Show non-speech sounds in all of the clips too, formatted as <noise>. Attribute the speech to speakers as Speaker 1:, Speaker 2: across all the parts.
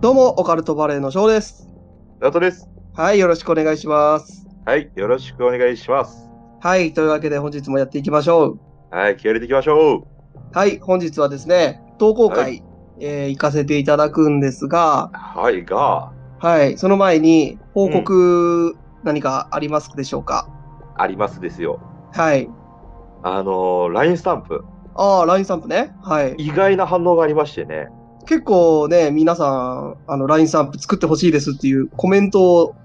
Speaker 1: どうも、オカルトバレーの翔です。
Speaker 2: ナトです。
Speaker 1: はい、よろしくお願いします。
Speaker 2: はい、よろしくお願いします。
Speaker 1: はい、というわけで本日もやっていきましょう。
Speaker 2: はい、気合い入れていきましょう。
Speaker 1: はい、本日はですね、投稿会、
Speaker 2: は
Speaker 1: えー行かせていただくんですが、
Speaker 2: はい、が、
Speaker 1: はい、その前に報告、何かありますでしょうか
Speaker 2: ありますですよ。
Speaker 1: はい。
Speaker 2: あのー、LINE スタンプ、
Speaker 1: ああ、LINE スタンプね。はい。
Speaker 2: 意外な反応がありましてね。
Speaker 1: 結構ね、皆さん、あの、LINE スタンプ作ってほしいですっていうコメントを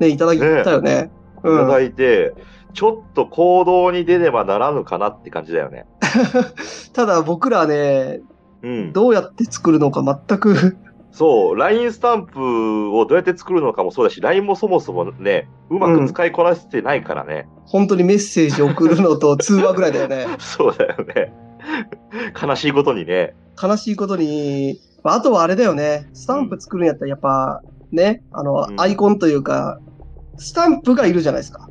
Speaker 1: ね、いただいたよね。
Speaker 2: い
Speaker 1: うん
Speaker 2: ただいて、ちょっと行動に出ねばならぬかなって感じだよね。
Speaker 1: ただ僕らね、
Speaker 2: うん。
Speaker 1: どうやって作るのか全く、
Speaker 2: そう、LINE スタンプをどうやって作るのかもそうだし、LINE もそもそもね、うまく使いこなせてないからね。
Speaker 1: 本当にメッセージ送るのと <laughs> 通話ぐらいだよね。
Speaker 2: そうだよね。悲しいことにね。
Speaker 1: 悲しいことに、まあ、あとはあれだよね、スタンプ作るんやったらやっぱ、ね、あの、
Speaker 2: うん
Speaker 1: アイコンというか、スタンプがいるじゃないですか。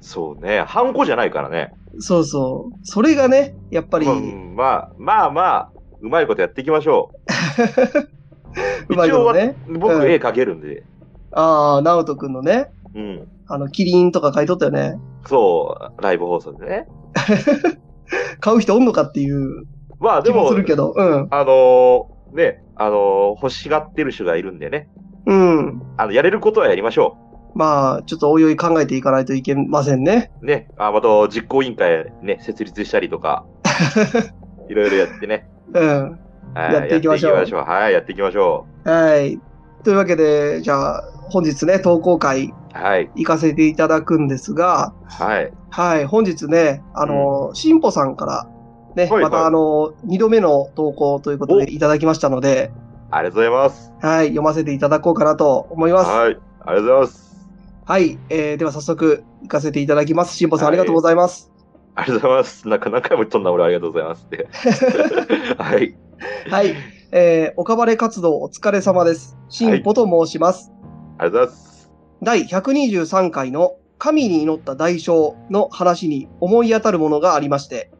Speaker 2: そうね、ハンコじゃないからね。
Speaker 1: そうそう。それがね、やっぱり、
Speaker 2: まあうんまあまあまあうまいことやっていきましょ
Speaker 1: <laughs> うまいことね。
Speaker 2: う僕、
Speaker 1: うん
Speaker 2: 絵描けるんで
Speaker 1: ああ、直人くんのね、
Speaker 2: うん
Speaker 1: あの、キリンとか買い取ったよね。
Speaker 2: そうライブ放送でね
Speaker 1: 買う人おんのかっていう
Speaker 2: まあ
Speaker 1: 気
Speaker 2: で
Speaker 1: も
Speaker 2: も
Speaker 1: するけど、うん。
Speaker 2: あのーねあのー欲しがってる人がいるんでね
Speaker 1: うん。
Speaker 2: あのやれることはやりましょ
Speaker 1: まあ、ちょっとおいおい考えていかないといけませんね。
Speaker 2: うねあまた実行委員会ね設立したりとか
Speaker 1: <laughs>
Speaker 2: いろいろやってね
Speaker 1: うん。
Speaker 2: は
Speaker 1: やっていきましょう
Speaker 2: やっていきましょうはいやっていきましょ
Speaker 1: はい。というわけで、じゃあ、本日ね、投稿会
Speaker 2: うはい
Speaker 1: 行かせていただくんですが、
Speaker 2: はい
Speaker 1: はい、本日ね、あの、しんぽさんから、ね、
Speaker 2: はいはい
Speaker 1: またあの、2度目の投稿ということでいただきましたので、
Speaker 2: ありがとうございます
Speaker 1: はい、読ませていただこうかなと思います。はい、
Speaker 2: はいありがとうございます
Speaker 1: えーでは早速、行かせていただきます。しんぽさん、
Speaker 2: はい
Speaker 1: ありがとうございます。
Speaker 2: ありがとうございます。なんか何回も言っとんな、俺ありがとうございます <laughs> って。はい。
Speaker 1: はい、えー、おかばれ活動お疲れ様です。しんぽと申します。
Speaker 2: ありがとうございます。
Speaker 1: 第123回の神に祈った代償の話に思い当たるものがありまして、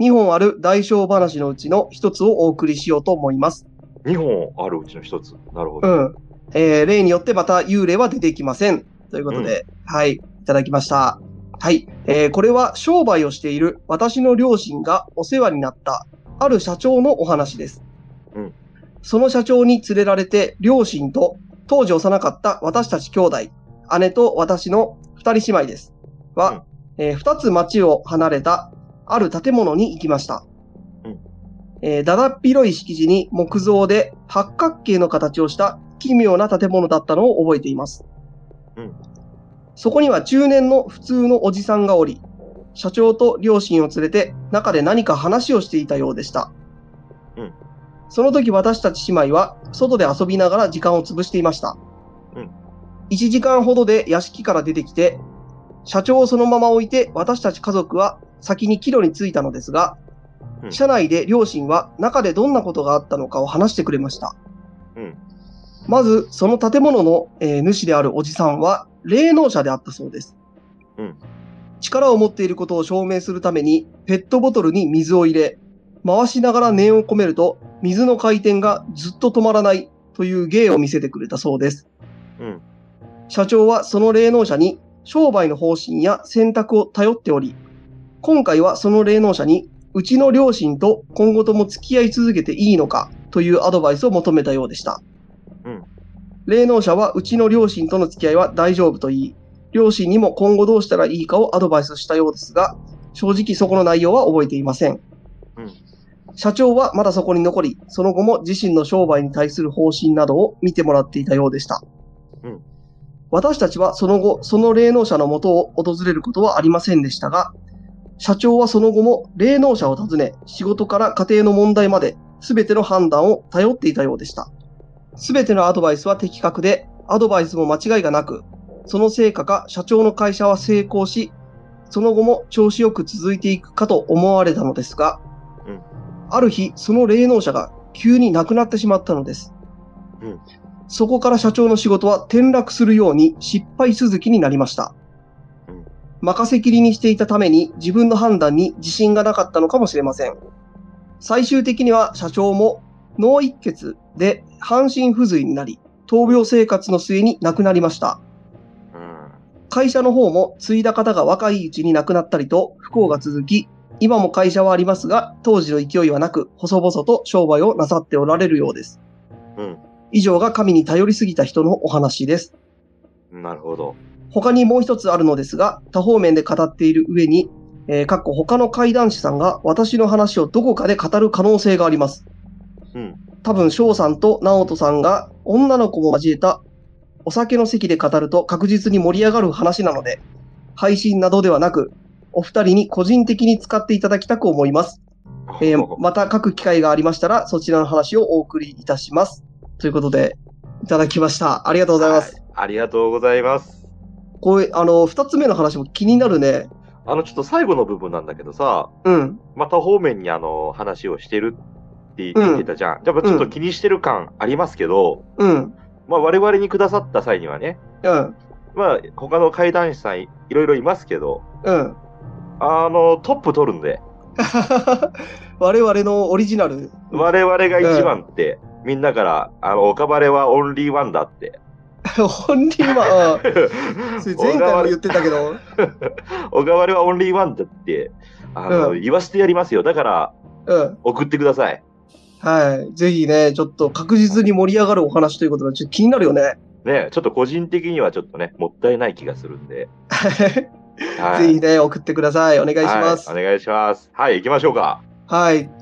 Speaker 1: 2本ある代償話のうちの1つをお送りしようと思います。
Speaker 2: 2本あるうちの1つ。なるほ
Speaker 1: う
Speaker 2: ど。
Speaker 1: ん。えー例によってまた幽霊は出てきません。ということで、はい、いただきました。はい、えーこれは商売をしている私の両親がお世話になった、ある社長のお話です。
Speaker 2: うん
Speaker 1: その社長に連れられて、両親と、当時幼かった私たち兄弟、姉と私の二人姉妹です。は、えー二つ町を離れた、ある建物に行きました。えーだだっ広い敷地に木造で八角形の形をした奇妙な建物だったのを覚えています。
Speaker 2: うん
Speaker 1: そこには中年の普通のおじさんがおり、社長と両親を連れて中で何か話をしていたようでした。
Speaker 2: うん
Speaker 1: その時私たち姉妹は外で遊びながら時間を潰していました。
Speaker 2: うん
Speaker 1: 1時間ほどで屋敷から出てきて、社長をそのまま置いて私たち家族は先に帰路に着いたのですが、
Speaker 2: うん
Speaker 1: 車内で両親は中でどんなことがあったのかを話してくれました。
Speaker 2: うん
Speaker 1: まず、その建物の、えー主であるおじさんは霊能者であったそうです。
Speaker 2: うん
Speaker 1: 力を持っていることを証明するためにペットボトルに水を入れ、回しながら念を込めると水の回転がずっと止まらないという芸を見せてくれたそうです。
Speaker 2: うん
Speaker 1: 社長はその霊能者に商売の方針や選択を頼っており、今回はその霊能者に、うちの両親と今後とも付き合い続けていいのかというアドバイスを求めたようでした。
Speaker 2: うん
Speaker 1: 霊能者はうちの両親との付き合いは大丈夫と言い、両親にも今後どうしたらいいかをアドバイスしたようですが、正直そこの内容は覚えていません。
Speaker 2: うん
Speaker 1: 社長はまだそこに残り、その後も自身の商売に対する方針などを見てもらっていたようでした。
Speaker 2: うん
Speaker 1: 私たちはその後、その霊能者のもとを訪れることはありませんでしたが、社長はその後も霊能者を訪ね、仕事から家庭の問題まで、すべての判断を頼っていたようでした。すべてのアドバイスは的確で、アドバイスも間違いがなく、その成果か社長の会社は成功し、その後も調子よく続いていくかと思われたのですが、
Speaker 2: うん
Speaker 1: ある日、その霊能者が急に亡くなってしまったのです。
Speaker 2: うん
Speaker 1: そこから社長の仕事は転落するように失敗続きになりました。
Speaker 2: うん
Speaker 1: 任せきりにしていたために自分の判断に自信がなかったのかもしれません。最終的には社長も脳一血で半身不随になり、闘病生活の末に亡くなりました。
Speaker 2: うん。
Speaker 1: 会社の方も継いだ方が若いうちに亡くなったりと不幸が続き、今も会社はありますが、当時の勢いはなく、細々と商売をなさっておられるようです。
Speaker 2: うん
Speaker 1: 以上が神に頼りすぎた人のお話です。
Speaker 2: なるほど。
Speaker 1: 他にもう一つあるのですが、多方面で語っている上に、えー、かっこ他の怪談師さんが私の話をどこかで語る可能性があります。
Speaker 2: うん。
Speaker 1: 多分、翔さんと直人さんが女の子も交えたお酒の席で語ると確実に盛り上がる話なので、配信などではなく、お二人に個人的に使っていただきたく思います。えーまた各機会がありましたら、そちらの話をお送りいたします。ということで、いただきました。ありがとうございます。
Speaker 2: はい。 <laughs> ありがとうございます。
Speaker 1: こういう、あの、二つ目の話も気になるね。
Speaker 2: あの、ちょっと最後の部分なんだけどさ、
Speaker 1: うん。
Speaker 2: また方面にあの、話をしてるって言ってたじゃん。やっぱちょっと気にしてる感ありますけど、
Speaker 1: うん。
Speaker 2: まあ我々にくださった際にはね、
Speaker 1: うん。
Speaker 2: まあ他の怪談師さんいいろいろいますけど、
Speaker 1: うん。
Speaker 2: あの、トップ取るんで、
Speaker 1: 我々のオリジナル。
Speaker 2: 我々が一番って、みんなから、あの、岡バレはオンリーワン
Speaker 1: <laughs>
Speaker 2: だって。
Speaker 1: 本人は、うんそれ前回も言
Speaker 2: 岡
Speaker 1: ってたけど、
Speaker 2: バレはオンリーワンだって、あの、
Speaker 1: う
Speaker 2: 言わせてやりますよ。だから、
Speaker 1: うん。
Speaker 2: 送ってください。
Speaker 1: はい。ぜひね、ちょっと確実に盛り上がるお話ということで、ちょっと気になるよね。
Speaker 2: ね、ちょっと個人的にはちょっとね、もったいない気がするんで。
Speaker 1: ぜ
Speaker 2: はい。
Speaker 1: ひね、送ってください。お願いします。
Speaker 2: は
Speaker 1: はい。
Speaker 2: い、お願いします。はい、行きましょうか。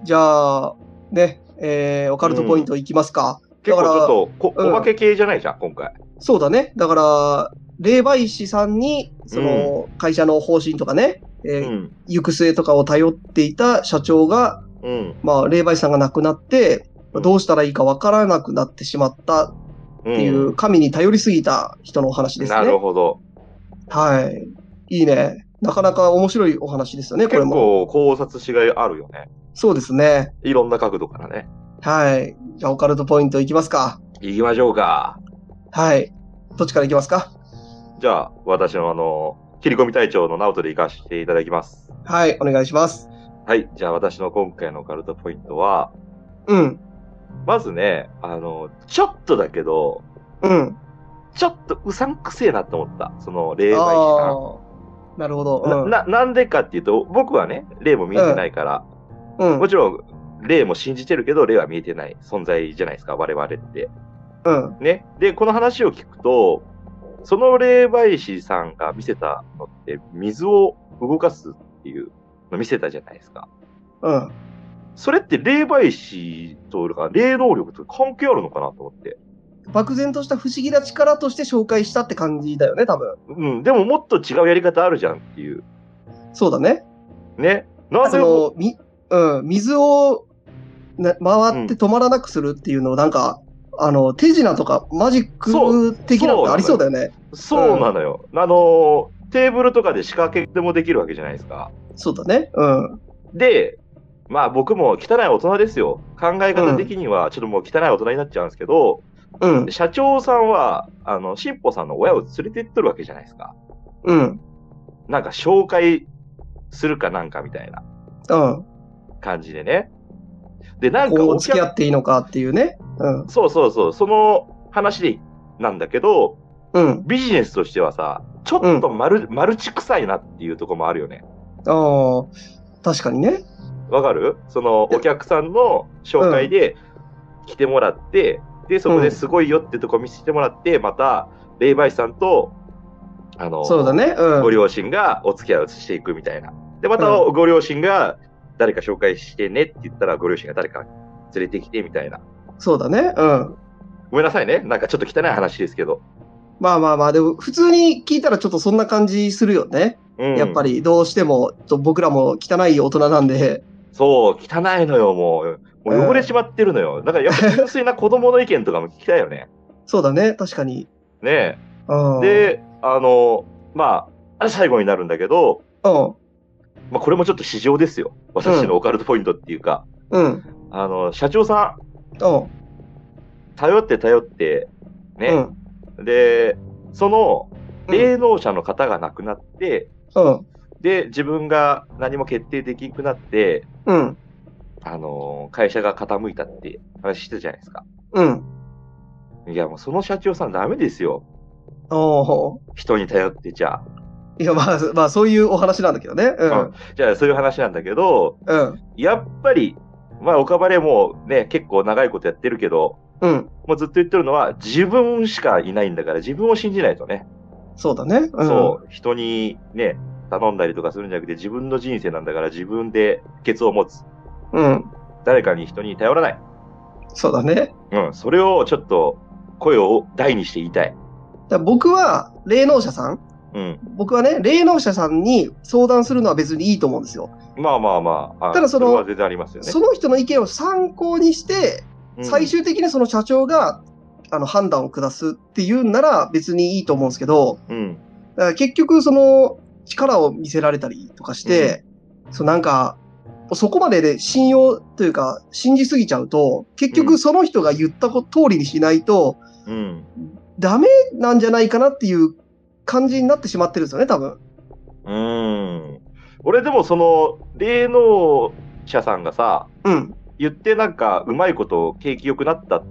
Speaker 1: じゃあ、ね、えー、オカルトポイントいきますか。
Speaker 2: 結構
Speaker 1: だ
Speaker 2: ち
Speaker 1: から
Speaker 2: ょっとこ、
Speaker 1: うん
Speaker 2: お化け系じゃないじゃん、今回。
Speaker 1: そうだね。だから、霊媒師さんに、その、会社の方針とかね、え
Speaker 2: う
Speaker 1: ー
Speaker 2: ん。
Speaker 1: 行く末とかを頼っていた社長が、
Speaker 2: うん。
Speaker 1: まあ、霊媒師さんが亡くなって、
Speaker 2: うん
Speaker 1: どうしたらいいかわからなくなってしまった
Speaker 2: うん、
Speaker 1: っていう、神に頼りすぎた人のお話ですね。
Speaker 2: なるほど。
Speaker 1: はい。いいね。なかなか面白いお話ですよね、これ
Speaker 2: 結
Speaker 1: も。
Speaker 2: 構考察しがいあるよね。
Speaker 1: そうですね。
Speaker 2: いろんな角度からね。
Speaker 1: はい。じゃあ、オカルトポイントいきますか。
Speaker 2: 行きましょうか。
Speaker 1: はい。どっちからいきますか
Speaker 2: じゃあ、私のあの、切り込み隊長のナオトで行かせていただきます。
Speaker 1: はい、お願いします。
Speaker 2: はい。じゃあ、私の今回のオカルトポイントは、
Speaker 1: うん。
Speaker 2: まずね、あの、ちょっとだけど、
Speaker 1: うん。
Speaker 2: ちょっとうさんくせえなと思った。その、霊媒師さん。
Speaker 1: ああ。なるほど。う。
Speaker 2: なんななんでかっていうと、僕はね、霊も見えてないから、
Speaker 1: うん
Speaker 2: も。ちろん霊も信じてるけど、霊は見えてない存在じゃないですか、我々って。
Speaker 1: うん。
Speaker 2: ね。で、この話を聞くと、その霊媒師さんが見せたのって、水を動かすっていうのを見せたじゃないですか。
Speaker 1: うん。
Speaker 2: それって霊媒師というか、霊能力と関係あるのかなと思って。
Speaker 1: 漠然とした不思議な力として紹介したって感じだよね、多分。
Speaker 2: うん、でももっと違うやり方あるじゃんっていう。
Speaker 1: そうだね。
Speaker 2: ね。なん
Speaker 1: そ
Speaker 2: でも、
Speaker 1: の、み、うん、水をな回って止まらなくするっていうのを、なんか、あの、手品とかマジ
Speaker 2: そ
Speaker 1: ック的なのってありそうだよね。
Speaker 2: そうなのよ。あのー、テーブルとかで仕掛けでもできるわけじゃないですか。
Speaker 1: そうだね。うん。
Speaker 2: で、まあ僕も汚い大人ですよ。考え方的には、ちょっともう汚い大人になっちゃうんですけど、
Speaker 1: うん。
Speaker 2: 社長さんは、あの、新保さんの親を連れてってるわけじゃないですか。
Speaker 1: うん。うん。
Speaker 2: なんか紹介するかなんかみたいな感じでね。で、なんか
Speaker 1: 今後
Speaker 2: お
Speaker 1: 付き合
Speaker 2: 客、
Speaker 1: っていいのかっていうね。うん。
Speaker 2: そうそうそう、その話でなんだけど、
Speaker 1: うん。
Speaker 2: ビジネスとしてはさ、ちょっとマル,、マルチ臭いなっていうところもあるよね。
Speaker 1: ああ、確かにね。
Speaker 2: わかるそのお客さんの紹介で来てもらって、で、そこですごいよってとこ見せてもらって、また、霊媒師さんと、あの、
Speaker 1: そうだね。うん
Speaker 2: ご。両親がお付き合いをしていくみたいな。で、また
Speaker 1: う
Speaker 2: ご両親が誰か紹介してねって言ったら、ご両親が誰か連れてきてみたいな。
Speaker 1: そうだね。うん。
Speaker 2: ごめんなさいね。なんかちょっと汚い話ですけど。
Speaker 1: まあまあまあ、でも普通に聞いたらちょっとそんな感じするよね。
Speaker 2: うん、
Speaker 1: やっぱ。りどうしても、ちょっと僕らも汚い大人なんで。
Speaker 2: そう、汚いのよ、もう。もう汚れちまってるのよ。だからやっぱ純粋な子供の意見とかも聞きたいよね。
Speaker 1: そうだね。確かに。
Speaker 2: ねえ。
Speaker 1: うん。、
Speaker 2: で、あの、まあ、あ最後になるんだけど、
Speaker 1: うん。
Speaker 2: まあ、これもちょっと市場ですよ。私のオカルトポイントっていうか、
Speaker 1: うん。
Speaker 2: あの、社長さん、
Speaker 1: うん。
Speaker 2: 頼って頼って、
Speaker 1: う
Speaker 2: ね。
Speaker 1: ん。
Speaker 2: で、その、霊能者の方が亡くなって、
Speaker 1: うん。
Speaker 2: で、自分が何も決定できなくなって、
Speaker 1: うん。
Speaker 2: あのー会社が傾いたって話してたじゃないですか。
Speaker 1: うん。
Speaker 2: いや、もうその社長さんダメですよ。
Speaker 1: お
Speaker 2: 人に頼ってちゃ。
Speaker 1: ーいや、まあ、まあ、そういうお話なんだけどね。う
Speaker 2: うん
Speaker 1: ん。
Speaker 2: じゃあ、そういう話なんだけど、
Speaker 1: うん。
Speaker 2: やっぱり、まあ、岡バレもね、結構長いことやってるけど、
Speaker 1: うん。
Speaker 2: もうずっと言ってるのは、自分しかいないんだから、自分を信じないとね。
Speaker 1: そうだね。うん、
Speaker 2: そう、人にね、頼んだりとかするんじゃなくて、自分の人生なんだから、自分でケツを持つ。
Speaker 1: う。うん。
Speaker 2: 誰かに人に頼らない。
Speaker 1: そうだね。
Speaker 2: うん、それをちょっと、声を大にして言いた
Speaker 1: だ
Speaker 2: い。
Speaker 1: から僕は、霊能者さん
Speaker 2: うん。
Speaker 1: 僕はね、霊能者さんに相談するのは別にいいと思うんですよ。
Speaker 2: まあまあまあ、あ
Speaker 1: ただその
Speaker 2: れは全然ありますよね。
Speaker 1: その人の意見を参考にして、
Speaker 2: うん
Speaker 1: 最終的にその社長が、あの、判断を下すっていうんなら別にいいと思うんですけど、
Speaker 2: うん。
Speaker 1: だから結局、その、力を見せられたりとかして、そうなんか、そこまでで信用というか、信じすぎちゃうと、結
Speaker 2: う
Speaker 1: 局
Speaker 2: ん
Speaker 1: その人が言ったこと通りにしないと、
Speaker 2: うん。
Speaker 1: ダメなんじゃないかなっていう感じになってしまってるんですよね、多分。
Speaker 2: うーん。俺でもその、霊能者さんがさ、
Speaker 1: うん。
Speaker 2: 言ってなんかうまいこと景気良くなった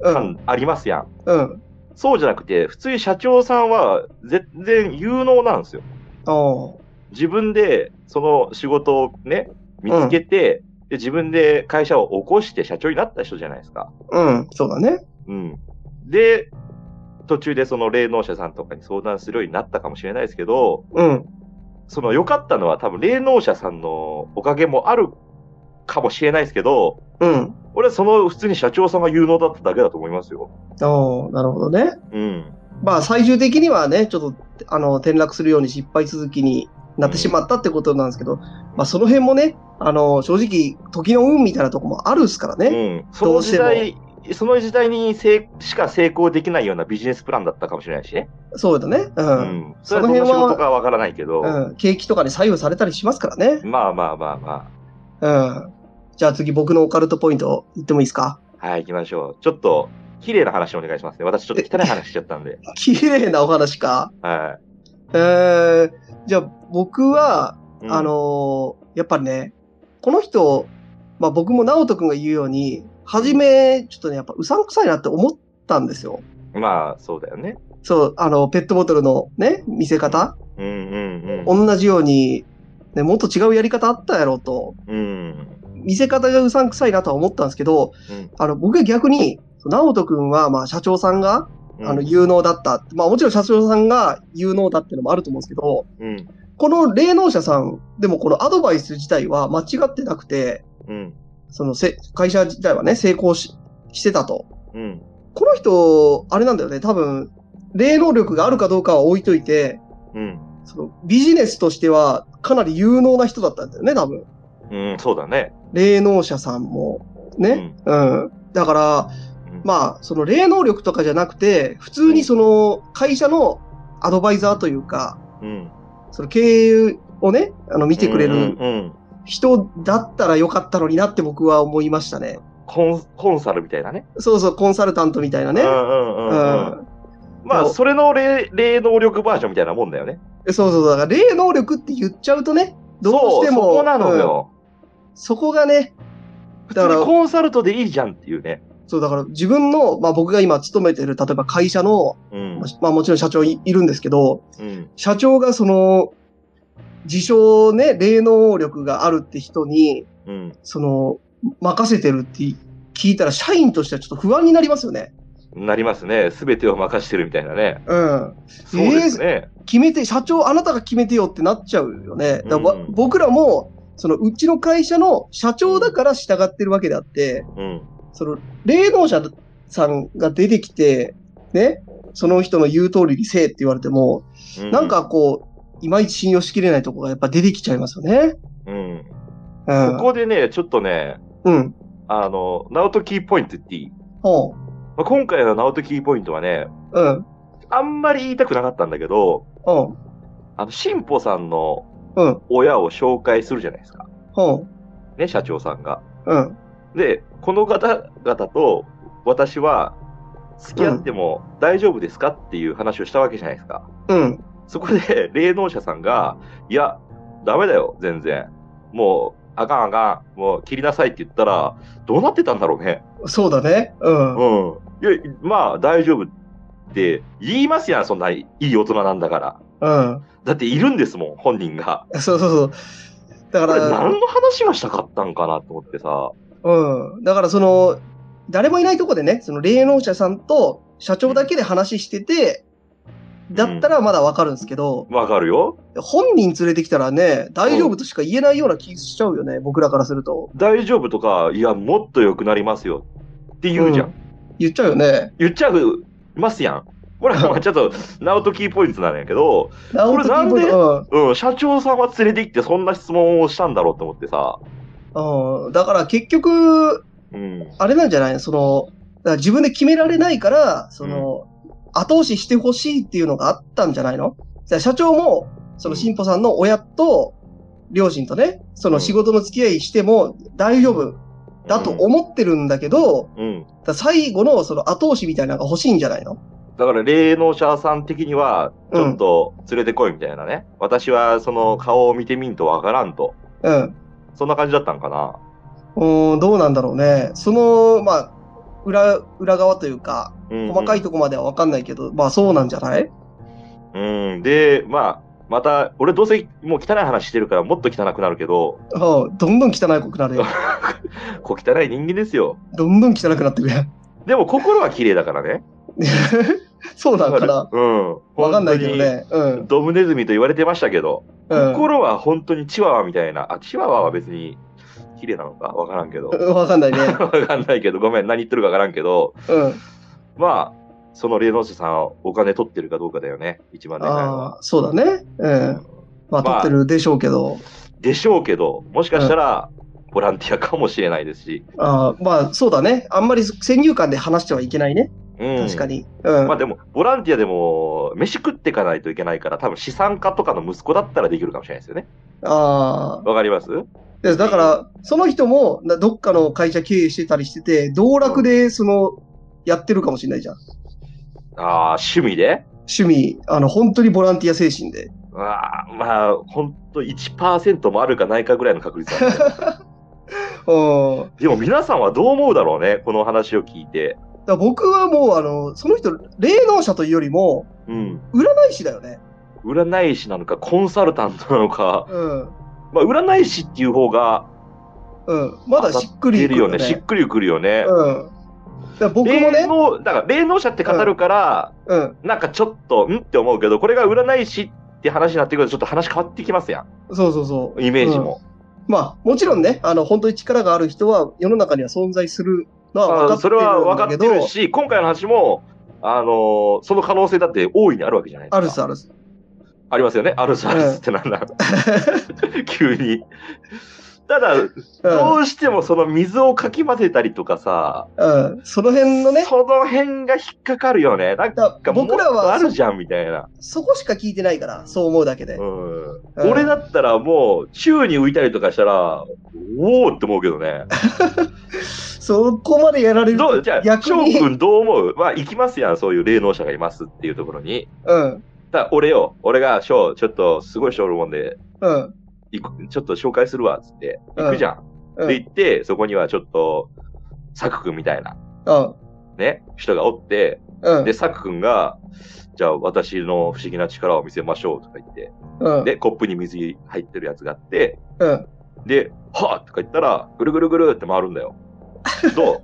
Speaker 1: うん。
Speaker 2: 感ありますやん。
Speaker 1: うん。
Speaker 2: そうじゃなくて、普通に社長さんは全然有能なんですよ。
Speaker 1: おー
Speaker 2: 自分でその仕事をね、見つけて、で自分で会社を起こして社長になった人じゃないですか。
Speaker 1: うん。そうだね。
Speaker 2: うん。で、途中でその霊能者さんとかに相談するようになったかもしれないですけど、
Speaker 1: うん。
Speaker 2: その良かったのは多分霊能者さんのおかげもあるかもしれないですけど、
Speaker 1: うん。
Speaker 2: 俺はその普通に社長さんが有能だっただけだと思いますよ。
Speaker 1: おーなるほどね。
Speaker 2: うん。
Speaker 1: まあ、最終的にはね、ちょっと、あの、転落するように失敗続きになってしまったってことなんですけど、まあ、その辺もね、あの、正直、時の運みたいなとこもあるっすから
Speaker 2: う
Speaker 1: ね。
Speaker 2: ん。その時代、その時代にせいしか成功できないようなビジネスプランだったかもしれないしね。
Speaker 1: そうだね。う。
Speaker 2: うんん。それはどの仕事かわからないけど、
Speaker 1: うん、景気とかに左右されたりしますからね。
Speaker 2: まあまあまあ
Speaker 1: う
Speaker 2: ま
Speaker 1: ん。じゃあ次僕のオカルトポイント言ってもいいですか
Speaker 2: あ。はい、行きましょう。ちょっと、綺麗な話お願いしますね。私ちょっと汚い話しちゃったんで。
Speaker 1: <laughs> 綺麗なお話か。
Speaker 2: は
Speaker 1: えー、じゃあ僕は、
Speaker 2: い。うん
Speaker 1: あ、のーやっぱりね、この人、まあ僕も直人くんが言うように、初め、ちょっとね、やっぱうさんくさいなって思ったんですよ。
Speaker 2: まあ、そうだよね。
Speaker 1: そう、あの、ペットボトルのね、見せ方、
Speaker 2: うんうんうん。
Speaker 1: 同じように、ね、もっと違うやり方あったやろうと、
Speaker 2: うん。
Speaker 1: 見せ方がうさんくさいなとは思ったんですけど、
Speaker 2: うん
Speaker 1: あの、僕は逆に、直人くんは、まあ、社長さんが、あの、有能だった。まあ、もちろん社長さんが有能だってのもあると思うんですけど、
Speaker 2: うん。
Speaker 1: この霊能者さん、でもこのアドバイス自体は間違ってなくて、
Speaker 2: うん。
Speaker 1: そのせ、会社自体はね、成功ししてたと。
Speaker 2: うん。
Speaker 1: この人、あれなんだよね、多分、霊能力があるかどうかは置いといて、
Speaker 2: うん。
Speaker 1: その、ビジネスとしては、かなり有能な人だったんだよね、多分。
Speaker 2: うん、そうだね。
Speaker 1: 霊能者さんも、
Speaker 2: う
Speaker 1: ね。
Speaker 2: ん。
Speaker 1: うん。だから、
Speaker 2: うん
Speaker 1: まあ、その霊能力とかじゃなくて、普通にその会社のアドバイザーというか、
Speaker 2: うん。
Speaker 1: その経営をね、あの見
Speaker 2: 見
Speaker 1: てくれる
Speaker 2: うん。
Speaker 1: 人だったらよかったのになって僕は思いましたね。
Speaker 2: コンコンサルみたいなね。
Speaker 1: そうそう、コンサルタントみたいなね
Speaker 2: う。んうん
Speaker 1: うん
Speaker 2: うう
Speaker 1: ん。
Speaker 2: ん。まあ、それの霊霊能力バージョンみたいなもんだよね。
Speaker 1: そうそう、だから霊能力って言っちゃうとね、どうしても。
Speaker 2: そうそこなの
Speaker 1: うん
Speaker 2: よ。
Speaker 1: そこがね、
Speaker 2: 普
Speaker 1: だ
Speaker 2: 通
Speaker 1: から
Speaker 2: にコンサルトでいいじゃんっていうね。
Speaker 1: そうだから自分の、まあ僕が今勤めてる、例えば会社の、
Speaker 2: うん。
Speaker 1: まあもちろん社長いいるんですけど、
Speaker 2: うん。
Speaker 1: 社長がその、自称ね、霊能力があるって人に、
Speaker 2: うん。
Speaker 1: その、任せてるって聞いたら、社員としてはちょっと不安になりますよね。
Speaker 2: なりますね。すべてを任してるみたいなね。
Speaker 1: うん。
Speaker 2: そうですね。
Speaker 1: 決めて、社長、あなたが決めてよってなっちゃうよね。だから
Speaker 2: うんうん
Speaker 1: 僕らも、その、うちの会社の社長だから従ってるわけであって、
Speaker 2: うん。
Speaker 1: その、霊能者さんが出てきて、ね、その人の言う通りにせえって言われても、
Speaker 2: う
Speaker 1: なん、かこう、いまいち信用しきれないところがやっぱ出てきちゃいますよね。
Speaker 2: うん。
Speaker 1: うん。
Speaker 2: ここでね、ちょっとね、
Speaker 1: うん。
Speaker 2: あの、ナオトキーポイントっていい
Speaker 1: ほう。
Speaker 2: まあ今回のナオトキーポイントはね、
Speaker 1: うん。
Speaker 2: あんまり言いたくなかったんだけど、
Speaker 1: うん。
Speaker 2: あの、進歩さんの
Speaker 1: うん。
Speaker 2: 親を紹介するじゃないですか。
Speaker 1: ほ
Speaker 2: ね、社長さんが。
Speaker 1: う。うん。
Speaker 2: で、この方々と私は付き合っても大丈夫ですかっていう話をしたわけじゃないですか。
Speaker 1: うん。
Speaker 2: そこで霊能者さんが、いや、ダメだよ、全然。もう、あかんあかん、もう切りなさいって言ったら、どうなってたんだろうね。
Speaker 1: そうだね。うん。
Speaker 2: うん。いや、まあ大丈夫って言いますやん、そんないい大人なんだから。
Speaker 1: うん。
Speaker 2: だっているんですもん、本人が。
Speaker 1: そうそうそう。だか
Speaker 2: これ
Speaker 1: ら、
Speaker 2: 何の話がしたかったんかなと思ってさ。
Speaker 1: うん。だからその、誰もいないとこでね、その霊能者さんと社長だけで話してて、だったらまだわかるんですけど、
Speaker 2: わかるよ。
Speaker 1: 本人連れてきたらね、大丈夫としか言えないような気しちゃうよね、僕らからすると。
Speaker 2: 大丈夫とか、いや、もっと良くなりますよって言うじゃん。
Speaker 1: うん言っちゃうよね。
Speaker 2: 言っちゃう、ますやん。これはまあちょっと、ナオトキーポイントなんやけど、
Speaker 1: な
Speaker 2: これなんで
Speaker 1: うん
Speaker 2: うん、社長さんは連れてきてそんな質問をしたんだろうと思ってさ。
Speaker 1: うん、だから結局、
Speaker 2: うん。
Speaker 1: あれなんじゃないその、だから自分で決められないから、その、後押ししてほしいっていうのがあったんじゃないのじゃあ社長も、その新保さんの親と、両親とね、その仕事の付き合いしても大丈夫だと思ってるんだけど、
Speaker 2: うん。
Speaker 1: だから最後のその後押しみたいなのが欲しいんじゃないの
Speaker 2: だから霊能者さん的には、ちょっと連れてこいみたいなね。私はその顔を見てみんとわからんと。
Speaker 1: うん。
Speaker 2: そんな感じだったんかな。
Speaker 1: うーん、どうなんだろうね。その、まあ、裏、裏側というか、
Speaker 2: うん、
Speaker 1: 細かいとこまではわかんないけど、まあそうなんじゃない
Speaker 2: うん。で、まあ、また、俺どうせもう汚い話してるからもっと汚くなるけど、
Speaker 1: うん、どんどん汚いくなるよ。
Speaker 2: こう汚い人間ですよ。
Speaker 1: どんどん汚くなってくるやん。 <laughs>
Speaker 2: でも心は綺麗だからね。
Speaker 1: そうなんかな。
Speaker 2: うん。
Speaker 1: わかんないけどね。うん。
Speaker 2: ドムネズミと言われてましたけど、
Speaker 1: うん
Speaker 2: 心は本当にチワワみたいな、あ、チワワは別に綺麗なのかわからんけど、 <laughs>
Speaker 1: うんわかんないね。
Speaker 2: わかんないけど、ごめん、何言ってるかわからんけど、 <laughs>
Speaker 1: うん。
Speaker 2: まあ、その霊能者さんはお金取ってるかどうかだよね、一番でかいの
Speaker 1: あ
Speaker 2: は。
Speaker 1: あ、そうだね。うん。まあ
Speaker 2: ま
Speaker 1: 撮
Speaker 2: あ
Speaker 1: ってるでしょうけど。
Speaker 2: でしょうけど、もしかしたら、ボランティアかもしれないですし、
Speaker 1: ああ、まあそうだね。あんまり先入観で話してはいけないね。
Speaker 2: うん
Speaker 1: 確か。に。うん。
Speaker 2: まあでも、ボランティアでも、飯食っていかないといけないから、多分資産家とかの息子だったらできるかもしれないですよね。
Speaker 1: ああ。
Speaker 2: わかります
Speaker 1: でだから、その人も、などっかの会社経営してたりしてて、道楽で、その、やってるかもしれないじゃん。
Speaker 2: ああ、趣味で
Speaker 1: 趣味、あの、本当にボランティア精神で。
Speaker 2: まあ、まあ、ほんと1%もあるかないかぐらいの確率なん
Speaker 1: <laughs>
Speaker 2: だよ
Speaker 1: うん。
Speaker 2: でも皆さんはどう思うだろうね、この話を聞いて。
Speaker 1: だから僕はもう、あの、その人、霊能者というよりも、
Speaker 2: うん。
Speaker 1: 占い師だよね。
Speaker 2: 占い師なのか、コンサルタントなのか。
Speaker 1: うん。
Speaker 2: まあ、占い師っていう方が
Speaker 1: うん。まだしっくり
Speaker 2: 出
Speaker 1: く
Speaker 2: る
Speaker 1: る
Speaker 2: よ
Speaker 1: よ
Speaker 2: ね。
Speaker 1: ね。
Speaker 2: しっくりくるよね。
Speaker 1: うん。だから僕も
Speaker 2: 霊
Speaker 1: ね、
Speaker 2: 能だから霊能者って語るから、
Speaker 1: うん。
Speaker 2: なんかちょっと、んって思うけど、これが占い師って話になってくると、ちょっと話変わってきますや
Speaker 1: そうそうそ
Speaker 2: ん。イメージも。
Speaker 1: う。まあ、もちろんね、あの、本当に力がある人は、世の中には存在するのは
Speaker 2: まあ
Speaker 1: 分かって
Speaker 2: そ
Speaker 1: る
Speaker 2: れは
Speaker 1: ん
Speaker 2: 分か
Speaker 1: だ
Speaker 2: っ
Speaker 1: け
Speaker 2: て
Speaker 1: ど
Speaker 2: る、し、今回の話も、あのーその可能性だって大いにあるわけじゃないですか。
Speaker 1: あるさ、あるさ。
Speaker 2: ありますよね。アルサルスってなんだ、 <laughs> 急に。ただ、どうしてもその水をかき混ぜたりとかさ、
Speaker 1: うん。うん。その辺のね、
Speaker 2: その辺が引っかかるよね。なん
Speaker 1: だ
Speaker 2: か
Speaker 1: 僕ら
Speaker 2: もっとあ
Speaker 1: は
Speaker 2: るじゃんみたいな。
Speaker 1: そこしか聞いてないから、そう思うだけで。
Speaker 2: うん
Speaker 1: うん
Speaker 2: 俺だったらもう、宙に浮いたりとかしたら、おおって思うけ
Speaker 1: <laughs>
Speaker 2: どね。
Speaker 1: そこまでやられる
Speaker 2: どう
Speaker 1: と
Speaker 2: じゃあ、
Speaker 1: 逆
Speaker 2: 翔
Speaker 1: に、
Speaker 2: くんどう思うまあ、行きますやん、そういう霊能者がいますっていうところに。
Speaker 1: うん、
Speaker 2: だ俺よ、俺が翔、ちょっとすごい翔おるもんで、
Speaker 1: うん、
Speaker 2: 行くちょっと紹介するわ、つって。行くじゃん。
Speaker 1: うん、う
Speaker 2: で
Speaker 1: ん、
Speaker 2: 行って、そこにはちょっと、サク君みたいな、ね、人がおって、
Speaker 1: うん、
Speaker 2: で、サク君が、じゃあ私の不思議な力を見せましょうとか言って、
Speaker 1: うん、
Speaker 2: で、コップに水入ってるやつがあって、
Speaker 1: うん、
Speaker 2: で、はぁとか言ったら、ぐるぐるぐるって回るんだよ。ど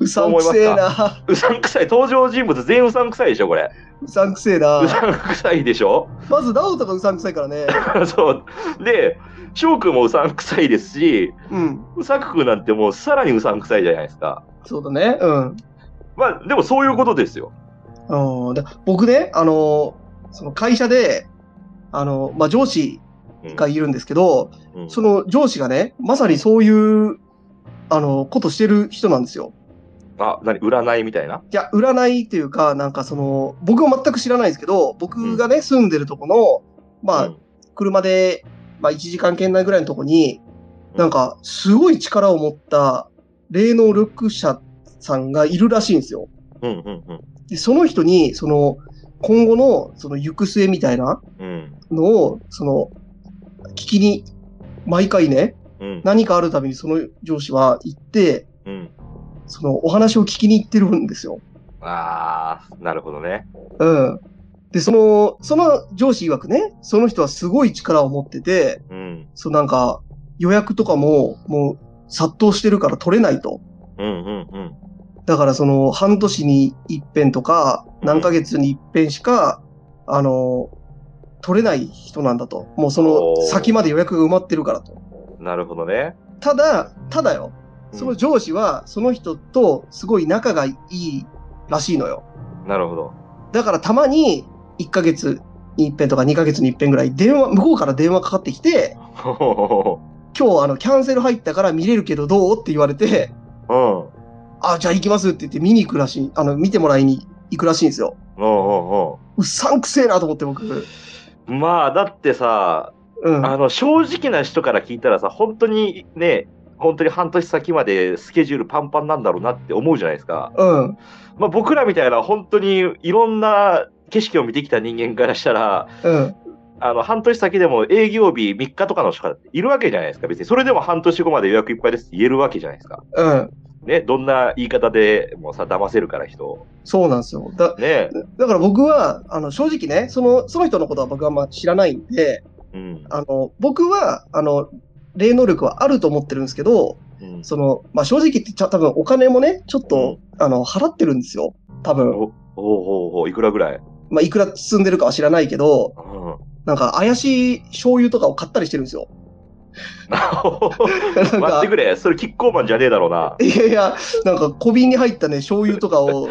Speaker 1: うさんくせえな、
Speaker 2: <laughs> ううさんくさい、登場人物全員うさんくさいでしょ、これ。
Speaker 1: うさんくせえ
Speaker 2: う
Speaker 1: な。
Speaker 2: さんくさいでしょ <laughs>
Speaker 1: まず、ダオとかうさんくさいからね。
Speaker 2: そう。で、翔くんもうさんくさいですし、
Speaker 1: うん、
Speaker 2: サク君なんてもうさらにうさんくさいじゃないですか。
Speaker 1: そうだね、うん。
Speaker 2: まあ、でもそういうことですよ。
Speaker 1: うん、で僕ね、あの、その会社で、あの、まあ、上司
Speaker 2: うん
Speaker 1: がいるんですけど、
Speaker 2: うん
Speaker 1: その上司がね、まさにそういう、あの、ことしてる人なんですよ。
Speaker 2: あ、何占いみたいない
Speaker 1: や、占いというか、なんかその、僕も全く知らないんですけど、僕がね、住んでるとこの、ま
Speaker 2: う
Speaker 1: あ
Speaker 2: ん、
Speaker 1: 車で、まあ、1時間圏内ぐらいのとこに、
Speaker 2: うん
Speaker 1: なんか、すごい力を持った霊能力者さんがいるらしいんですよ。
Speaker 2: うんうん
Speaker 1: で、その人に、その、今後の、その、行く末みたいな
Speaker 2: うん。うん。
Speaker 1: のを、その、聞きに、毎回ね、
Speaker 2: うん。
Speaker 1: 何かあるたびにその上司は行って、
Speaker 2: うん。
Speaker 1: そのお話を聞きに行ってるんですよ。
Speaker 2: ああ、なるほどね。
Speaker 1: うん。で、その、その上司曰くね、その人はすごい力を持ってて、
Speaker 2: うん。
Speaker 1: そのなんか予約とかももう殺到してるから取れないと。
Speaker 2: うんうんうん。
Speaker 1: だからその半年に一遍とか、何ヶ月に一遍しか、あの、取れない人なんだと。もうその先まで予約が埋まってるからと。
Speaker 2: なるほどね。
Speaker 1: ただ、ただよ、
Speaker 2: うん
Speaker 1: その上司はその人とすごい仲がいいらしいのよ。
Speaker 2: なるほど。 <laughs>
Speaker 1: だからたまに1ヶ月に一遍とか2ヶ月に一遍ぐらい電話、向こうから電話かかってきて、
Speaker 2: ほほほほ
Speaker 1: 今日あのキャンセル入ったから見れるけどどうって言われて、
Speaker 2: うん。
Speaker 1: あ、じゃあ行きますって言って見に行くらしい、あの、見てもらいに行くらしいんですよ。
Speaker 2: おうお
Speaker 1: う
Speaker 2: う
Speaker 1: っさんくせえなと思って僕。
Speaker 2: おうまあだってさ
Speaker 1: うん。
Speaker 2: あの正直な人から聞いたらさ本当にね本当に半年先までスケジュールパンパンなんだろうなって思うじゃないですか、
Speaker 1: うん。
Speaker 2: まあ、僕らみたいな本当にいろんな景色を見てきた人間からしたら
Speaker 1: うん。
Speaker 2: あの半年先でも営業日3日とかの人がいるわけじゃないですか別にそれでも半年後まで予約いっぱいですって言えるわけじゃないですか
Speaker 1: うん。
Speaker 2: ねどんな言い方でもさ騙せるから人を
Speaker 1: そうなんですよ。だ、
Speaker 2: ね
Speaker 1: だから僕は、あの、正直ね、その、その人のことは僕はあんま知らないんで、
Speaker 2: うん
Speaker 1: あの、僕は、あの、霊能力はあると思ってるんですけど、
Speaker 2: うん
Speaker 1: その、まあ、正直言ってちゃ、多分お金もね、ちょっと、あの、払ってるんですよ。多分。
Speaker 2: おおうおうおういくらぐらい、
Speaker 1: まあ、いくら進んでるかは知らないけど、
Speaker 2: うん <laughs>
Speaker 1: なんか怪しい醤油とかを買ったりしてるんですよ。 <laughs> なん
Speaker 2: 待っ
Speaker 1: か
Speaker 2: て、くれ、それキッコーマンじゃねえだろうな。 <laughs>
Speaker 1: いやいや、なんか小瓶に入ったね、醤油とかを、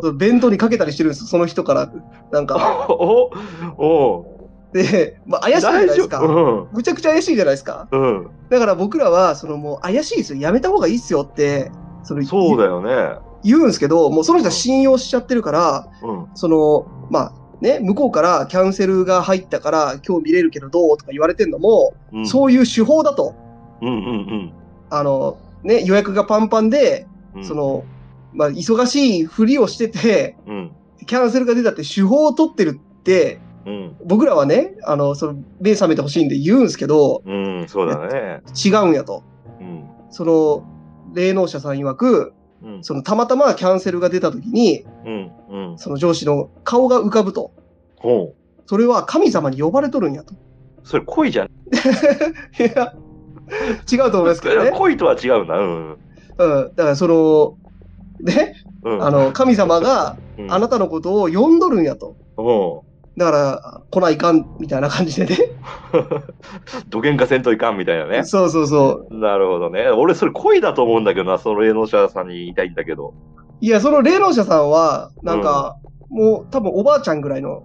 Speaker 2: お
Speaker 1: 弁当にかけたりしてるんですよ、その人から。なんか、
Speaker 2: おお
Speaker 1: で、まあ、怪しいじゃないですか。
Speaker 2: 夫
Speaker 1: むちゃくちゃ怪しいじゃないですか。
Speaker 2: うん、うん、
Speaker 1: だから僕らは、そのもう怪しいですよ、やめた方がいいですよって、その
Speaker 2: そうだよね。
Speaker 1: 言うんですけど、もうその人は信用しちゃってるから、
Speaker 2: うん、
Speaker 1: その、まあ、ね、向こうからキャンセルが入ったから今日見れるけどどうとか言われてんのも、
Speaker 2: うん、
Speaker 1: そういう手法だと。
Speaker 2: うん、うん、
Speaker 1: あの、ね、予約がパンパンで、
Speaker 2: うん、
Speaker 1: そ、の、まあ、忙しいふりをしてて、
Speaker 2: うん、
Speaker 1: キャンセルが出たって手法を取ってるって、
Speaker 2: うん、
Speaker 1: 僕らはね、あの、その、目覚めてほしいんで言うんですけど、
Speaker 2: うん、そうだね。
Speaker 1: 違うんやと。
Speaker 2: うん、
Speaker 1: その、霊能者さん曰く、
Speaker 2: うん、
Speaker 1: その、たまたまキャンセルが出た時に、
Speaker 2: うん、うん、
Speaker 1: その上司の顔が浮かぶと。
Speaker 2: ほう。
Speaker 1: それは神様に呼ばれとるんやと。 <laughs>
Speaker 2: それ恋じゃん。
Speaker 1: いや、違うと思いますけどね。
Speaker 2: 恋とは違うな。うん、
Speaker 1: うん。だからその、ね、
Speaker 2: うん。
Speaker 1: あ、の、神様が
Speaker 2: うん、
Speaker 1: あなたのことを呼んどるんやと。
Speaker 2: お
Speaker 1: だから、来ないかん、みたいな感じでね。
Speaker 2: どげんかせんといかんみたいなね。
Speaker 1: そうそうそう。
Speaker 2: なるほどね。俺、それ恋だと思うんだけどな、その霊能者さんに言いたいんだけど。
Speaker 1: いや、その霊能者さんは、なんか、もう多分おばあちゃんぐらいの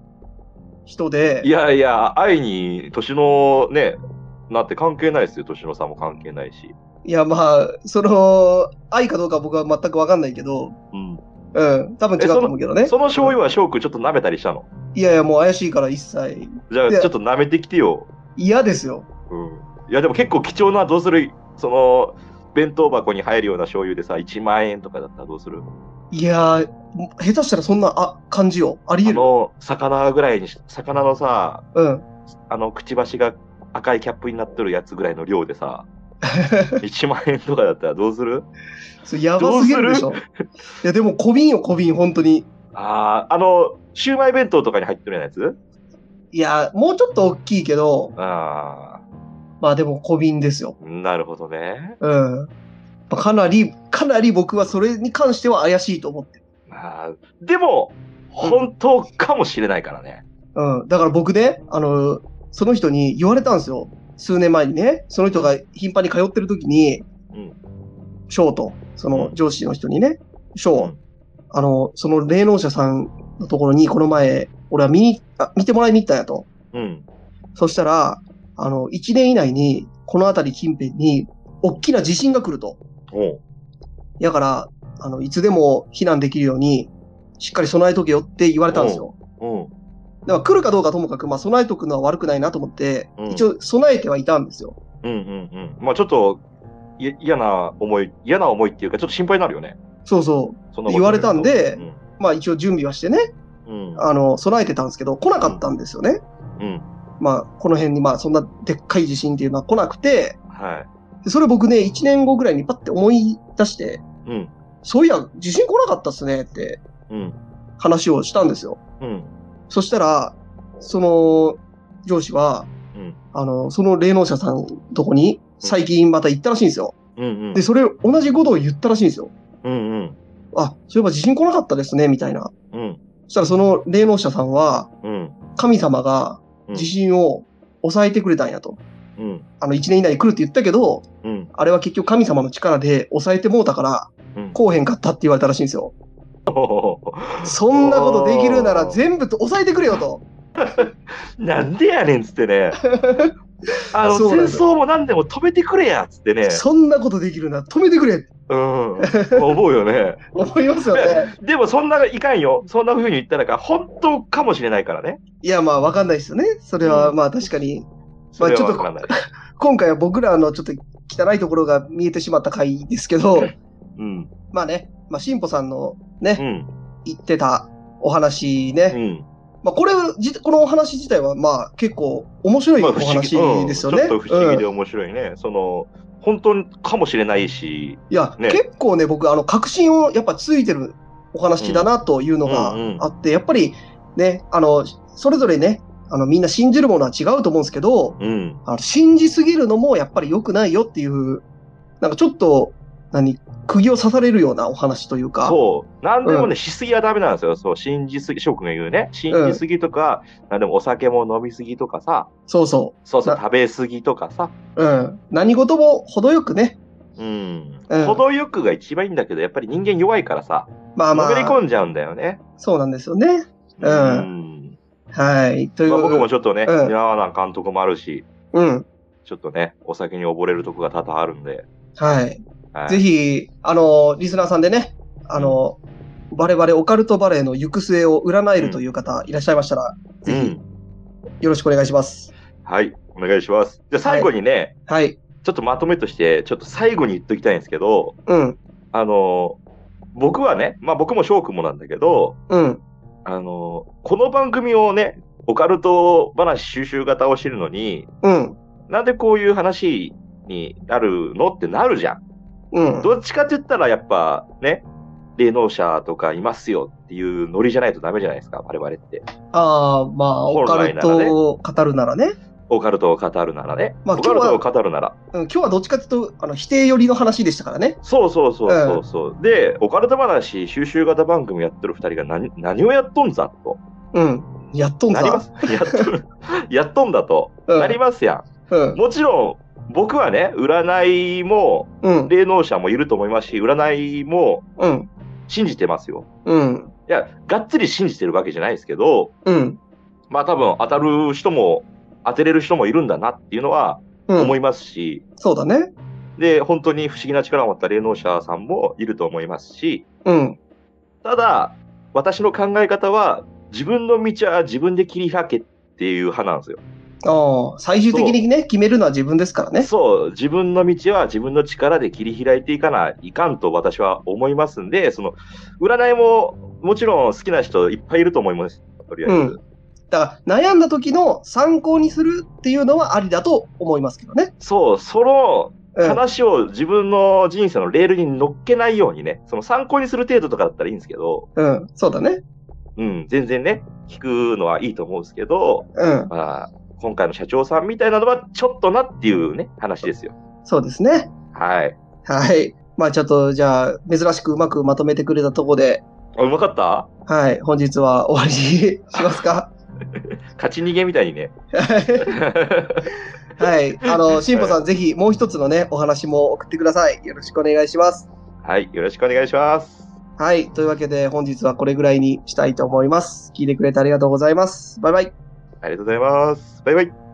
Speaker 1: 人で、
Speaker 2: いやいや、愛に年のね、なって関係ないですよ、年の差も関係ないし。
Speaker 1: いや、まあ、その、愛かどうか僕は全くわかんないけど、
Speaker 2: うん、
Speaker 1: うん、多分違うと思うけどね。
Speaker 2: その醤油は翔くんちょっと舐めたりしたの。
Speaker 1: いやいや、もう怪しいから一切
Speaker 2: じゃあ、
Speaker 1: い
Speaker 2: ち
Speaker 1: や
Speaker 2: ょっと舐めてきてよ。
Speaker 1: 嫌ですよ。
Speaker 2: うん、いや、でも結構貴重な、どうするその、弁当箱に入るような醤油でさ、1万円とかだったらどうする
Speaker 1: いやー、下手したらそんなあ感じよ。あり
Speaker 2: あ
Speaker 1: える。
Speaker 2: の、魚ぐらいにし、魚のさ、
Speaker 1: うん。
Speaker 2: あの、くちばしが赤いキャップになってるやつぐらいの量でさ、1万円とかだったらどうする
Speaker 1: それやばすぎるでしょ。いや、でも小瓶よ、小瓶、本当に。
Speaker 2: ああ、あの、シューマイ弁当とかに入ってるようなやつ
Speaker 1: いや、もうちょっと大きいけど、
Speaker 2: あ
Speaker 1: まあでも小瓶ですよ。
Speaker 2: あ、なるほどね。
Speaker 1: うん。まあかなり、かなり僕はそれに関しては怪しいと思ってる。
Speaker 2: まあ、でも、本当かもしれないからね。
Speaker 1: うん。だから僕ね、あの、その人に言われたんですよ。数年前にね、その人が頻繁に通ってる時に、
Speaker 2: うん
Speaker 1: ショーと、その上司の人にね、ショー、
Speaker 2: うん
Speaker 1: あの、その霊能者さんのところにこの前、俺は見に、あ見てもらいに行ったんやと。
Speaker 2: うん。
Speaker 1: そしたら、あの、1年以内に、この辺り近辺に、大きな地震が来ると。
Speaker 2: おう
Speaker 1: やから、あの、いつでも避難できるように、しっかり備えとけよって言われたんですよ。
Speaker 2: お
Speaker 1: だから来るかどうかともかく、まあ、備えとくのは悪くないなと思って、
Speaker 2: うん
Speaker 1: 一応備えてはいたんですよ。
Speaker 2: うん。うんうんうん。まあちょっと、い嫌な思い、嫌な思いっていうか、ちょっと心配になるよね。
Speaker 1: そうそ
Speaker 2: そんなこと
Speaker 1: 言われたんで
Speaker 2: うん
Speaker 1: う。まあ、一応準備はしてね、
Speaker 2: うん。
Speaker 1: あの、備えてたんですけど、来なかったんですよね。
Speaker 2: うん。
Speaker 1: まあ、この辺に、まあ、そんなでっかい地震っていうのは来なくて、
Speaker 2: は
Speaker 1: でそれ僕ね、1年後ぐらいにパッて思い出して、
Speaker 2: い。うん。
Speaker 1: そういや、地震来なかったっすねって
Speaker 2: うん。
Speaker 1: 話をしたんですよ。
Speaker 2: うん。
Speaker 1: そしたら、その、上司は、
Speaker 2: うん。
Speaker 1: あの、その霊能者さんのとこに、最近また行ったらしいんですよ。
Speaker 2: うん。うん
Speaker 1: で、。それ、同じことを言ったらしいんですよ。
Speaker 2: うん。うん。
Speaker 1: あ、そういえば地震来なかったですね、みたいな。
Speaker 2: うん。
Speaker 1: そしたらその霊能者さんは、
Speaker 2: うん。
Speaker 1: 神様が地震を抑えてくれたんやと。
Speaker 2: うん。
Speaker 1: あの、1年以内に来るって言ったけど、
Speaker 2: うん。
Speaker 1: あれは結局神様の力で抑えてもうたから
Speaker 2: うん、
Speaker 1: こうへんかったって言われたらしいんですよ。
Speaker 2: おー
Speaker 1: そんなことできるなら全部と抑えてくれよと。
Speaker 2: なんでやねんっつっ
Speaker 1: <laughs>
Speaker 2: てね。あの、
Speaker 1: そうなん
Speaker 2: 戦
Speaker 1: ですよ
Speaker 2: 争も何でも止めてくれやっつってね。
Speaker 1: そんなことできるなら止めてくれって
Speaker 2: うん。思うよね。
Speaker 1: 思いますよね。
Speaker 2: でもそんないかんよ。そんな風に言ったらか、本当かもしれないからね。
Speaker 1: いや、まあわかんないですよね。それはまあ確かに。
Speaker 2: それは
Speaker 1: まあちょっ
Speaker 2: わ
Speaker 1: と
Speaker 2: かんない。
Speaker 1: 今回は僕らのちょっと汚いところが見えてしまった回ですけど、
Speaker 2: うん。
Speaker 1: まあね、まあ進歩さんの
Speaker 2: う
Speaker 1: ね、
Speaker 2: ん。
Speaker 1: 言ってたお話
Speaker 2: う
Speaker 1: ね。
Speaker 2: ん。
Speaker 1: まあこれじ、このお話自体はまあ結構面白い
Speaker 2: ま
Speaker 1: お
Speaker 2: あ不思議
Speaker 1: 話ですよね。
Speaker 2: うんちょっと不思議
Speaker 1: うん
Speaker 2: で面白いね。その、本当かもしれないし、
Speaker 1: いや、
Speaker 2: ね
Speaker 1: 結構ね、僕、あの、確信をやっぱついてるお話だなというのが
Speaker 2: うんうんうん
Speaker 1: あって、やっぱりね、あの、それぞれね、あの、みんな信じるものは違うと思うんですけど、
Speaker 2: うん。
Speaker 1: あの信じすぎるのもやっぱり良くないよっていう、なんかちょっと、何、釘を刺されるようなお話というか、
Speaker 2: そう。何でもね、
Speaker 1: う
Speaker 2: しすぎはダメなんですよ。そう、信じすぎ、翔くんが言うね。信じすぎとか、何でもお酒も飲みすぎとかさ、
Speaker 1: そうそ
Speaker 2: そうそう、
Speaker 1: な
Speaker 2: 食べすぎとかさ。
Speaker 1: ううん。何事も程よくね、
Speaker 2: うん。
Speaker 1: うん
Speaker 2: 程よくが一番いいんだけど、やっぱり人間弱いからさ、
Speaker 1: まあ
Speaker 2: の
Speaker 1: ま
Speaker 2: めり
Speaker 1: あ、
Speaker 2: 込んじゃうんだよね。
Speaker 1: そうなんですよね。う
Speaker 2: うん。
Speaker 1: はい。という、
Speaker 2: まあ、僕もちょっとね、
Speaker 1: うん
Speaker 2: 似合わな監督もあるし、
Speaker 1: うん。
Speaker 2: ちょっとね、お酒に溺れるとこが多々あるんで。
Speaker 1: はい。
Speaker 2: はい、
Speaker 1: ぜひ、あの、リスナーさんでね、あの、我々オカルトバレーの行く末を占えるという方いらっしゃいましたら、
Speaker 2: う
Speaker 1: ぜ
Speaker 2: ん。
Speaker 1: ひよろしくお願いします。
Speaker 2: はい、お願いします。じゃあ最後にね、
Speaker 1: はい。
Speaker 2: ちょっとまとめとして、ちょっと最後に言っときたいんですけど、
Speaker 1: うん、
Speaker 2: あの、僕はね、まあ僕も翔くんもなんだけど、
Speaker 1: うん、
Speaker 2: あの、この番組をね、オカルト話収集型をしてるのに、
Speaker 1: うん、
Speaker 2: なんでこういう話になるのってなるじゃん。
Speaker 1: うん。
Speaker 2: どっちかって言ったらやっぱね、霊能者とかいますよっていうノリじゃないとダメじゃないですか、我々って。
Speaker 1: ああ、まあ、オ
Speaker 2: 本
Speaker 1: カ
Speaker 2: 来
Speaker 1: ル
Speaker 2: ならね
Speaker 1: トを語るならね。
Speaker 2: オカルトを語るならね。
Speaker 1: まあ
Speaker 2: オカルトを語るなら。
Speaker 1: うん、今日はどっちかというと、あの、否定寄りの話でしたからね。
Speaker 2: そうそうそうそうそう、で、オカルト話収集型番組やってる二人が何何をやっとんざと。
Speaker 1: うん。やっとん
Speaker 2: な
Speaker 1: だ。
Speaker 2: ります。
Speaker 1: <laughs>
Speaker 2: やっとるやっとんだと。
Speaker 1: うん
Speaker 2: なりますや
Speaker 1: うん
Speaker 2: ん。、もちろん、僕はね、占いも、
Speaker 1: うん、
Speaker 2: 霊能者もいると思いますし、占いも
Speaker 1: うん、
Speaker 2: 信じてますよ。
Speaker 1: うん、
Speaker 2: いや、がっつり信じてるわけじゃないですけど、
Speaker 1: うん、
Speaker 2: まあ多分当たる人も、当てれる人もいるんだなっていうのは
Speaker 1: うん。
Speaker 2: 思いますし、
Speaker 1: そうだね。
Speaker 2: で、本当に不思議な力を持った霊能者さんもいると思いますし、
Speaker 1: うん、
Speaker 2: ただ、私の考え方は、自分の道は自分で切り開けっていう派なんですよ。
Speaker 1: ああ、最終的にね、決めるのは自分ですからね。
Speaker 2: そう、自分の道は自分の力で切り開いていかないかんと私は思いますんで、その、占いももちろん好きな人いっぱいいると思います。とりあえず。
Speaker 1: うんだから、悩んだ時の参考にするっていうのはありだと思いますけどね。
Speaker 2: そう、その
Speaker 1: うん。
Speaker 2: 話を自分の人生のレールに乗っけないようにね、その参考にする程度とかだったらいいんですけど、
Speaker 1: うん、そうだね。
Speaker 2: うん、全然ね、聞くのはいいと思うんですけど、
Speaker 1: うん、
Speaker 2: まあ、今回の社長さんみたいなのはちょっとなっていうね、話ですよ。
Speaker 1: そうですね。
Speaker 2: はい。
Speaker 1: はい。まあちょっと、じゃあ、珍しくうまくまとめてくれたとこで、
Speaker 2: あうまかった
Speaker 1: はい、本日は終わりにしますか。 <laughs>
Speaker 2: 勝ち逃げみたいにね。 <laughs>
Speaker 1: はいはい。あの、しんぽさん、ぜひもう一つのね、お話も送ってください。よろしくお願いします。
Speaker 2: はい、よろしくお願いします。
Speaker 1: はい。というわけで、本日はこれぐらいにしたいと思います。聞いてくれてありがとうございます。バイバイ。
Speaker 2: ありがとうございます。バイバイ。